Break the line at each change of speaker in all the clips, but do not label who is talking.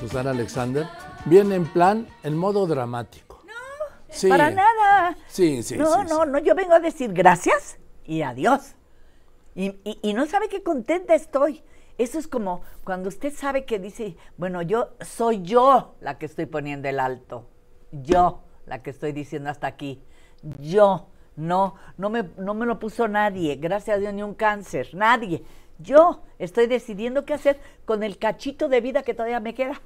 Susana Alexander, viene en plan, en modo dramático. No, sí,
Para nada.
Sí, sí,
no,
sí, sí.
no, no. Yo vengo a decir gracias y adiós. Y, y- y no sabe qué contenta estoy. Eso es como cuando usted sabe que dice, bueno, yo soy yo la que estoy poniendo el alto. Yo la que estoy diciendo hasta aquí. Yo. No, no me, no me lo puso nadie. Gracias a Dios, ni un cáncer. Nadie. Yo estoy decidiendo qué hacer con el cachito de vida que todavía me queda.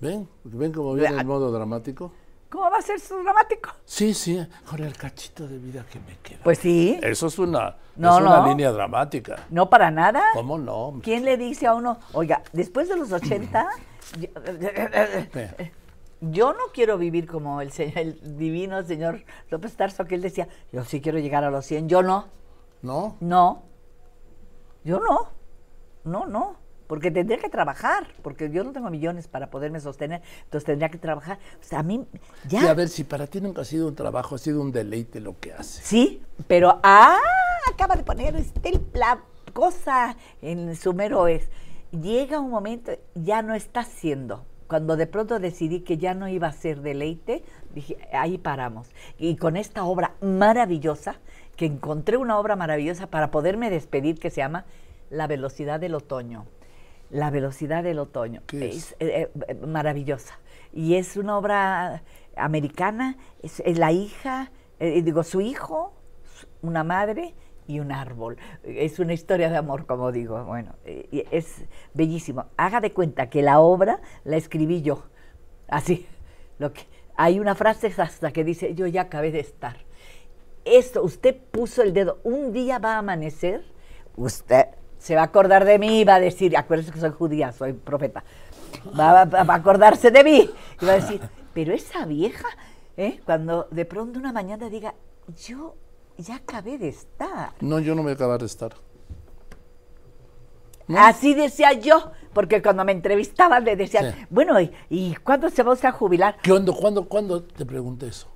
¿Ven? ¿Ven cómo viene en modo dramático?
¿Cómo va a ser su dramático?
Sí, sí, con el cachito de vida que me queda.
Pues sí.
Eso es una,
No,
es una
no.
línea dramática.
No, para nada.
¿Cómo no? hombre?
¿Quién le dice a uno, oiga, después de los 80, yo,
Ve,
yo no quiero vivir como el, se- el divino señor López Tarso, que él decía, yo sí quiero llegar a los 100, yo no,
¿No?
no, yo no, no, no, porque tendría que trabajar, porque yo no tengo millones para poderme sostener, entonces tendría que trabajar. O sea, a mí, ya.
Sí, a ver, si para ti nunca ha sido un trabajo, ha sido un deleite lo que haces.
Sí, pero ah, acaba de poner este la cosa en su mero es. Llega un momento, ya no está siendo. Cuando de pronto decidí que ya no iba a ser deleite, dije, ahí paramos. Y con esta obra maravillosa, que encontré una obra maravillosa para poderme despedir, que se llama La velocidad del otoño. La velocidad del otoño.
¿Qué es?
eh, eh, maravillosa. Y es una obra americana, es, es la hija, eh, digo, su hijo, su- una madre y un árbol. Es una historia de amor, como digo. Bueno, eh, y es bellísimo. Haga de cuenta que la obra la escribí yo. Así. Lo que, hay una frase hasta que dice, yo ya acabé de estar. Esto, usted puso el dedo, un día va a amanecer, usted se va a acordar de mí y va a decir, acuérdese que soy judía, soy profeta, va, va- va a acordarse de mí y va a decir, pero esa vieja, ¿eh? cuando de pronto una mañana diga, yo ya acabé de estar.
No, yo no me voy a acabar de estar. ¿No?
Así decía yo, porque cuando me entrevistaban le decían,
Sí.
bueno, ¿y, y cuándo se va usted a jubilar?
¿Qué onda? ¿Cuándo, cuándo te pregunté eso?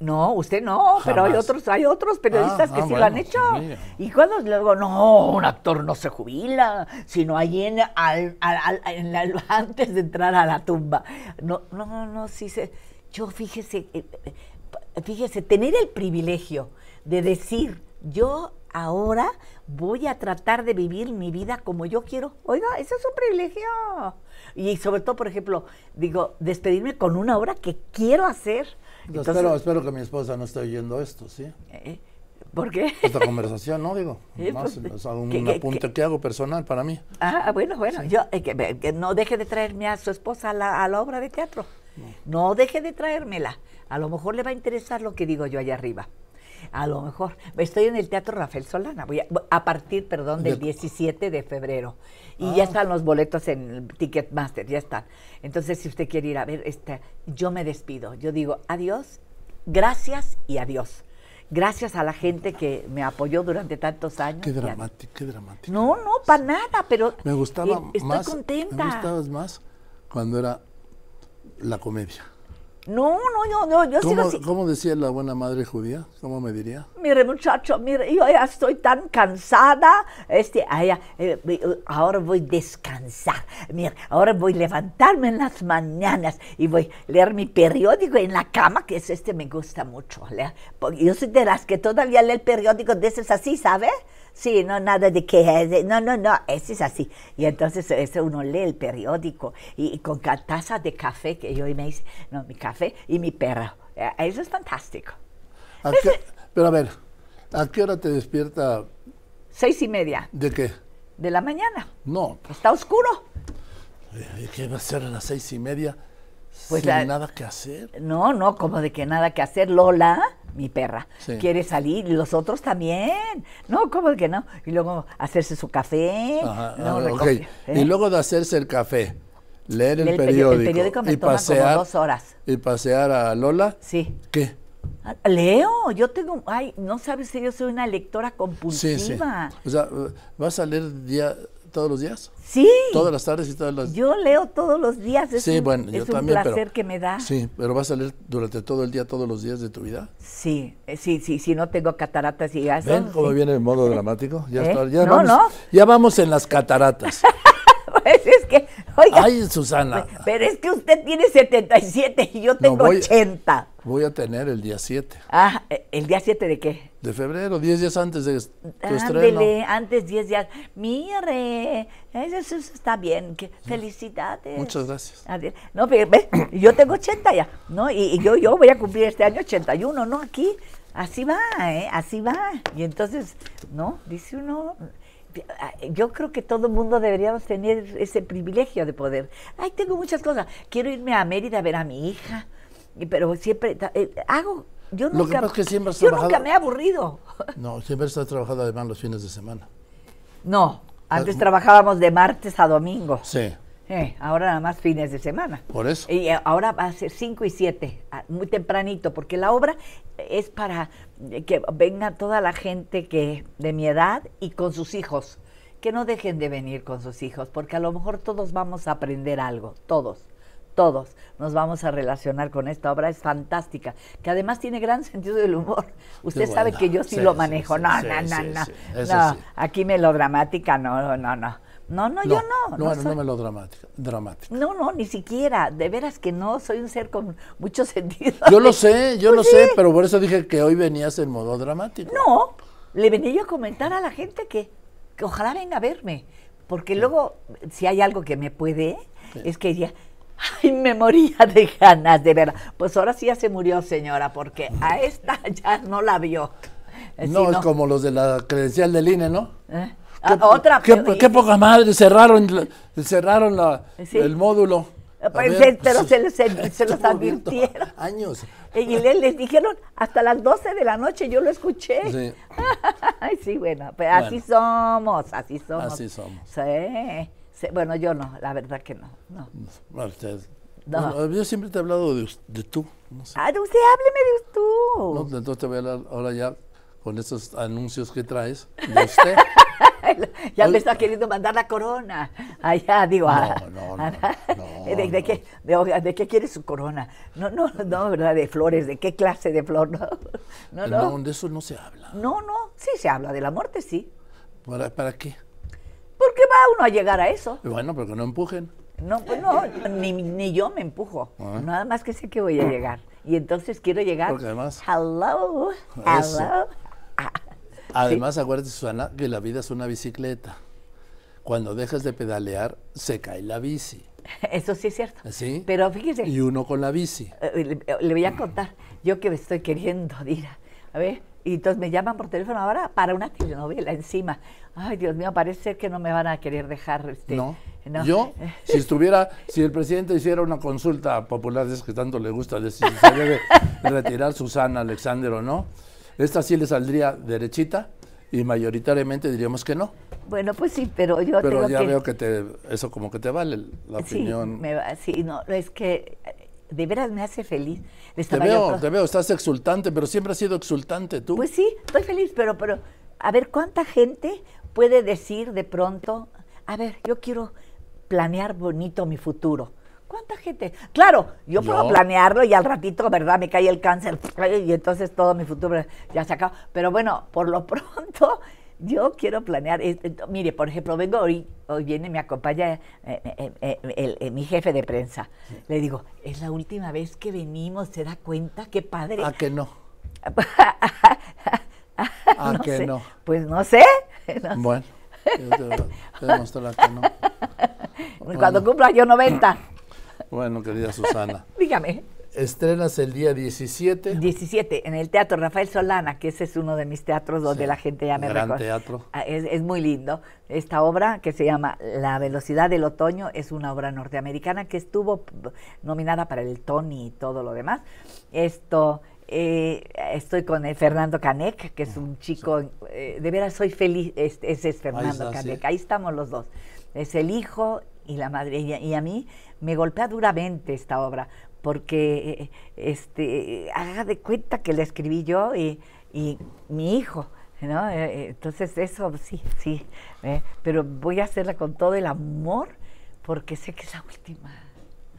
No, usted no, pero hay
Jamás.
otros, hay otros periodistas
Ah,
que
ah,
sí lo han
bueno,
hecho.
sí.
Y cuando luego, no, un actor no se jubila, sino ahí en, al- al- al- en la- antes de entrar a la tumba. No, no, no, no, sí se. Yo fíjese, eh, eh, fíjese, tener el privilegio de decir, yo ahora voy a tratar de vivir mi vida como yo quiero. Oiga, eso es un privilegio. Y sobre todo, por ejemplo, digo, despedirme con una obra que quiero hacer.
Yo
Entonces-
espero, espero que mi esposa no esté oyendo esto, ¿sí?
eh, ¿Por qué?
Esta conversación, ¿no? Digo,
Eh,
más
pues,
o sea, un
¿qué- qué-
apunte que hago personal para mí.
Ah, bueno, bueno, yo eh, que, me- que no deje de traerme a su esposa a la, a la obra de teatro. No. deje de traérmela. A lo mejor le va a interesar lo que digo yo allá arriba. A lo mejor. Estoy en el Teatro Rafael Solana. Voy a, a partir, perdón, del
De- Ah.
17 de febrero. Y ya están los boletos en el Ticketmaster, ya están. Entonces, si usted quiere ir a ver, este, yo me despido. Yo digo adiós, gracias y adiós. Gracias a la gente que me apoyó durante tantos años.
Qué
y adiós.
dramático, qué dramático.
Ah, No, no, para nada, pero
Me gustaba
eh, estoy
más.
contenta.
Me gustaba más cuando era la comedia.
No, no, yo, no, yo sigo
¿Cómo,
así.
cómo decía la buena madre judía? ¿Cómo me diría?
Mire, muchacho, mire, yo ya estoy tan cansada. Este, ay, ay, eh, eh, ahora voy a descansar. Mira, ahora voy a levantarme en las mañanas y voy a leer mi periódico en la cama, que es este me gusta mucho. leer. Porque yo soy de las que todavía lee el periódico de esas así, ¿sabe? Sí, no, nada de que, eh, de- no, no, no, ese es así. Y entonces ese uno lee el periódico y, y con ca- taza de café, que yo me hice, no, mi café y mi perro. Eh, Eso es fantástico.
¿A qué- pero a ver, ¿a qué hora te despierta
Seis y media.
de qué?
de la mañana.
No,
Está oscuro.
eh, ¿qué va a ser a las seis y media?
Pues
sin
la-
nada que hacer.
No, no, como de que nada que hacer. Lola, mi perra,
Sí.
quiere salir y los otros también. No, como de que no. Y luego hacerse su café.
Ajá,
Eh, no,
ah, ok.
recoge, ¿eh?
Y luego de hacerse el café, leer el,
El peri- el
periódico,
periódico me
y
toma como
pasear
dos horas.
y pasear a Lola.
Sí.
¿Qué?
Ah, Leo, yo tengo, ay, no sabes si yo soy una lectora compulsiva.
O sea, ¿vas a leer día, todos los días?
Sí,
Todas las tardes y todas las...
yo leo todos los días. Es
sí,
un,
bueno, yo
es un
también,
placer
pero-
que me da.
Sí, pero ¿vas a leer durante todo el día, todos los días de tu vida?
sí, eh, sí, sí, sí, no tengo cataratas y eso.
¿Ven cómo
sí.
viene el modo dramático? Ya,
¿Eh?
está- ya
No,
vamos,
no.
ya vamos en las cataratas.
Pues es que Oiga,
Ay, Susana.
pero es que usted tiene 77 y yo tengo
voy-
80.
Voy a tener el día 7
Ah, eh, ¿el día 7 de qué?
de febrero, 10 días antes de es- tu
Ándele,
estreno.
antes 10 días. Mire, eso, eso está bien. que- felicidades.
Muchas gracias.
Adiós. No, pero ve, yo tengo 80 ya, ¿no? Y, y yo, yo voy a cumplir este año 81, ¿no? Aquí, así va, ¿eh? Así va. Y entonces, ¿no? Dice uno, ah, yo creo que todo el mundo deberíamos tener ese privilegio de poder. Ay, tengo muchas cosas. Quiero irme a Mérida a ver a mi hija, y- pero siempre ta- eh, hago... Yo
Lo que
nunca,
pasa es que siempre has
yo
trabajado-
nunca me he aburrido.
No, siempre estás trabajando además los fines de semana.
No, antes
Ah,
trabajábamos de martes a domingo.
Sí,
Eh, ahora nada más fines de semana.
por eso.
Y eh, ahora va a ser 5 y 7, muy tempranito, porque la obra es para eh, que venga toda la gente que de mi edad y con sus hijos. Que no dejen de venir con sus hijos, porque a lo mejor todos vamos a aprender algo, todos, todos nos vamos a relacionar con esta obra, es fantástica, que además tiene gran sentido del humor. Usted sabe
buena.
que yo sí,
Sí,
lo
sí,
manejo,
sí,
no,
sí,
no, no,
sí,
no,
sí, eso
no,
sí.
aquí melodramática, no, no, no, no, no, yo no.
No, no,
soy-
melodramática. Dramática.
no, no, ni siquiera. De veras que no. Soy un ser con mucho sentido.
Yo lo sé, yo lo sé, pero por eso dije que hoy venías en modo dramático.
Pues No, le venía yo a comentar a la gente que, que ojalá venga a verme. Porque luego, si hay algo que me puede, es que ya. Ay, me moría de ganas, de verla. Pues ahora sí ya se murió, señora, porque a esta ya no la vio. Eh,
No,
sí,
es como los de la credencial del INE, ¿no?
¿Eh?
Qué-
Ah, otra
Qué,
peor.
qué poca madre, cerraron, la- cerraron la-
Sí.
el módulo.
Eh,
A
pues,
ver,
eh, pero
pues,
se, les- se- se los
estuvo abierto
advirtieron.
Años.
Y le- les dijeron hasta las 12 de la noche, yo lo escuché.
Sí.
Ay, sí, bueno, pero así somos, así somos.
Así somos.
Sí, sí, Bueno, yo no, la verdad que no. no.
Bueno, usted-
No.
bueno, yo siempre te he hablado de, us- de tú. No sé.
Ah, no, usted hábleme de
No,
tú.
entonces te voy a hablar ahora ya con estos anuncios que traes de usted.
ya
Oye.
me está queriendo mandar la corona. Allá, digo. a-
no, no,
a-
no,
¿De, de
no.
qué, de, oiga, ¿de qué quiere su corona? No, no, no, ¿verdad? De flores, ¿de qué clase de flor? No, no.
no.
No,
de eso no se habla.
no, no, sí se habla de la muerte, sí.
¿Para, para qué?
¿Por qué va uno a llegar a eso?
Bueno, pero que no empujen.
No, pues no, ni, ni yo me empujo.
Ah.
Nada más que sé que voy a llegar. Y entonces quiero llegar.
Porque además-
Hello,
Eso.
hello. Ah,
Además, acuérdate, Susana, que la vida es una bicicleta. Cuando dejas de pedalear, se cae la bici.
Eso sí es cierto.
¿Sí?
Pero fíjese,
Y uno con la bici.
eh, le, le voy a contar. Yo que me estoy queriendo de ir a- a ver. Y entonces me llaman por teléfono ahora para una telenovela encima. Ay, Dios mío, parece ser que no me van a querer dejar. Este,
¿No?
no.
Yo, si estuviera, si el presidente hiciera una consulta popular, es que tanto le gusta decir si se debe retirar Susana Alexander o no, esta sí le saldría derechita y mayoritariamente diríamos que no.
Bueno, pues sí, pero yo
Pero
tengo
ya
que...
veo que te, eso como que te vale la opinión.
Sí, me va- sí, no, es que eh, de veras me hace feliz. Le
Te
estaba yo
veo,
pro-
te veo, estás exultante, pero siempre has sido exultante tú.
Pues sí, estoy feliz, pero, pero a ver, ¿cuánta gente puede decir de pronto, a ver, yo quiero planear bonito mi futuro? ¿Cuánta gente? Claro, yo puedo
Yo.
planearlo y al ratito, ¿verdad? Me cae el cáncer y entonces todo mi futuro ya se acaba. Pero bueno, por lo pronto yo quiero planear. eh, eh, Mire, por ejemplo, vengo hoy, hoy viene, me acompaña eh, eh, eh, el- eh, mi jefe de prensa. Le digo, es la última vez que venimos, ¿se da cuenta? Qué padre.
¿A Ah, que no? ¿A Ah, que
sé.
no?
Pues no sé. No sé.
Bueno, yo te, te demostraré que no. Ah.
Cuando cumpla yo 90.
Bueno, querida Susana,
Dígame.
estrenas el día 17.
17, en el Teatro Rafael Solana, que ese es uno de mis teatros donde
Sí,
la gente ya me
gran
reconoce.
teatro.
Ah, Es, es muy lindo. Esta obra que se llama La velocidad del otoño es una obra norteamericana que estuvo p- nominada para el Tony y todo lo demás. Esto, eh, estoy con eh, Fernando Canek, que es
Ah,
un chico, eh, de veras soy feliz, es- ese es Fernando
está, sí.
Canek, ahí estamos los dos. Es el hijo y la madre. Y, a- y a mí me golpea duramente esta obra, porque eh, este, haga de cuenta que la escribí yo y, y mi hijo. ¿no? Eh, eh, Entonces eso sí, sí. eh, pero voy a hacerla con todo el amor, porque sé que es la última.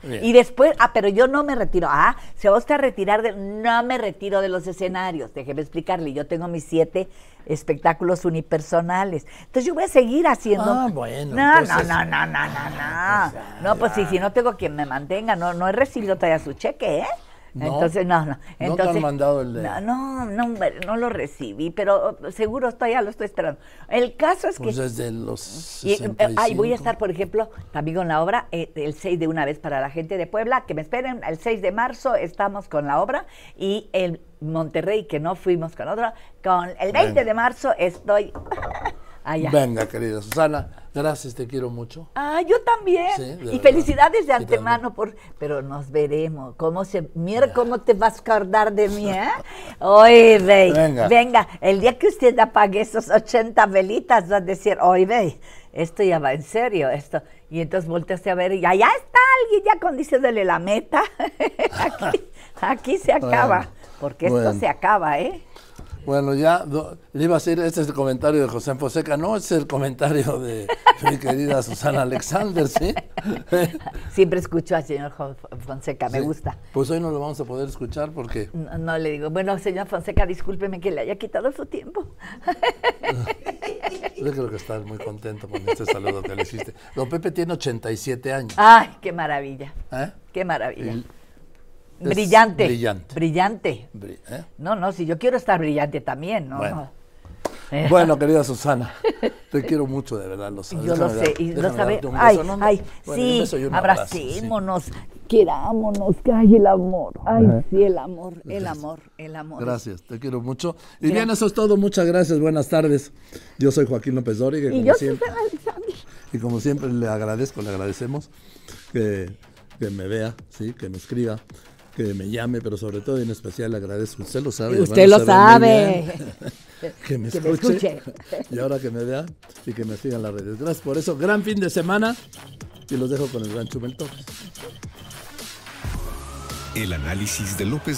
Bien.
Y después, ah, pero yo no me retiro. Ah, se va usted a retirar de. No me retiro de los escenarios. Déjeme explicarle. Yo tengo mis siete espectáculos unipersonales. Entonces yo voy a seguir haciendo.
Ah, bueno,
No,
entonces-
no, no, no, no, no, no.
pues ya,
no, pues
ya.
sí, si no tengo quien me mantenga, no, no he recibido todavía su cheque, ¿eh?
No.
Entonces, no, no.
te han
Entonces,
mandado el de-
No, no, no, hombre, no lo recibí, pero eh, seguro todavía lo estoy esperando. El caso es que.
Pues desde los
Y, eh,
65.
ay, voy a estar, por ejemplo, también con la obra eh, el 6 de una vez para la gente de Puebla, que me esperen, el 6 de marzo estamos con la obra y el Monterrey, que no fuimos con otra, con el 20
Venga.
de marzo estoy allá.
Venga, querida Susana, gracias, te quiero mucho.
Ah, yo también.
Sí, de
y
verdad.
felicidades de
Y también.
antemano por, pero nos veremos. ¿Cómo se, mira cómo te vas a acordar de mí, ¿eh? Oye, ve,
Venga.
venga. el día que usted apague esos 80 velitas, va a decir, oye, ve, esto ya va en serio, esto. Y entonces volteaste a ver y allá está alguien ya con diciéndole la meta. aquí, aquí se acaba,
Bueno,
porque esto
bueno.
se acaba, ¿eh?
Bueno, ya do- le iba a decir, este es el comentario de José Fonseca, no, este es el comentario de mi querida Susana Alexander, ¿sí?
Siempre escucho al señor Jo- Fonseca, me
Sí.
gusta.
Pues hoy no lo vamos a poder escuchar porque
No, no, le digo, bueno, señor Fonseca, discúlpeme que le haya quitado su tiempo.
yo creo que estás muy contento con este saludo que le hiciste. Don Pepe tiene 87 años.
Ay, qué maravilla,
¿eh?
qué maravilla.
Y- es
brillante.
brillante.
Brillante.
Bri- ¿eh?
No, no, si yo quiero estar brillante también, ¿no?
Bueno.
no. Eh,
Bueno, querida Susana, te quiero mucho, de verdad, lo sabes.
yo lo
Déjame
sé,
dar-
y lo
déjame
sabe.
darte un
Ay,
beso, ¿no?
ay,
Bueno, y un beso y
sí,
un abrazo, sí.
abracémonos, querámonos, que hay el amor. Ay,
Ajá.
sí, el amor, el amor, el amor.
Gracias, te quiero mucho. Y bien, eso es todo. Muchas gracias. Buenas tardes. Yo soy Joaquín López Dóriga.
Y
como
yo,
siempre,
Susana Alexander.
y como siempre le agradezco, le agradecemos que, que me vea, ¿sí? que me escriba, que me llame, pero sobre todo y en especial le agradezco. Usted lo sabe.
Usted
van a
lo
saber muy
sabe.
bien. que me
Que me
escuche.
escuche.
y ahora que me vea y que me siga en las redes. Gracias por eso. Gran fin de semana. Y los dejo con el gran Chumel Torres.
El análisis de López Dóriga.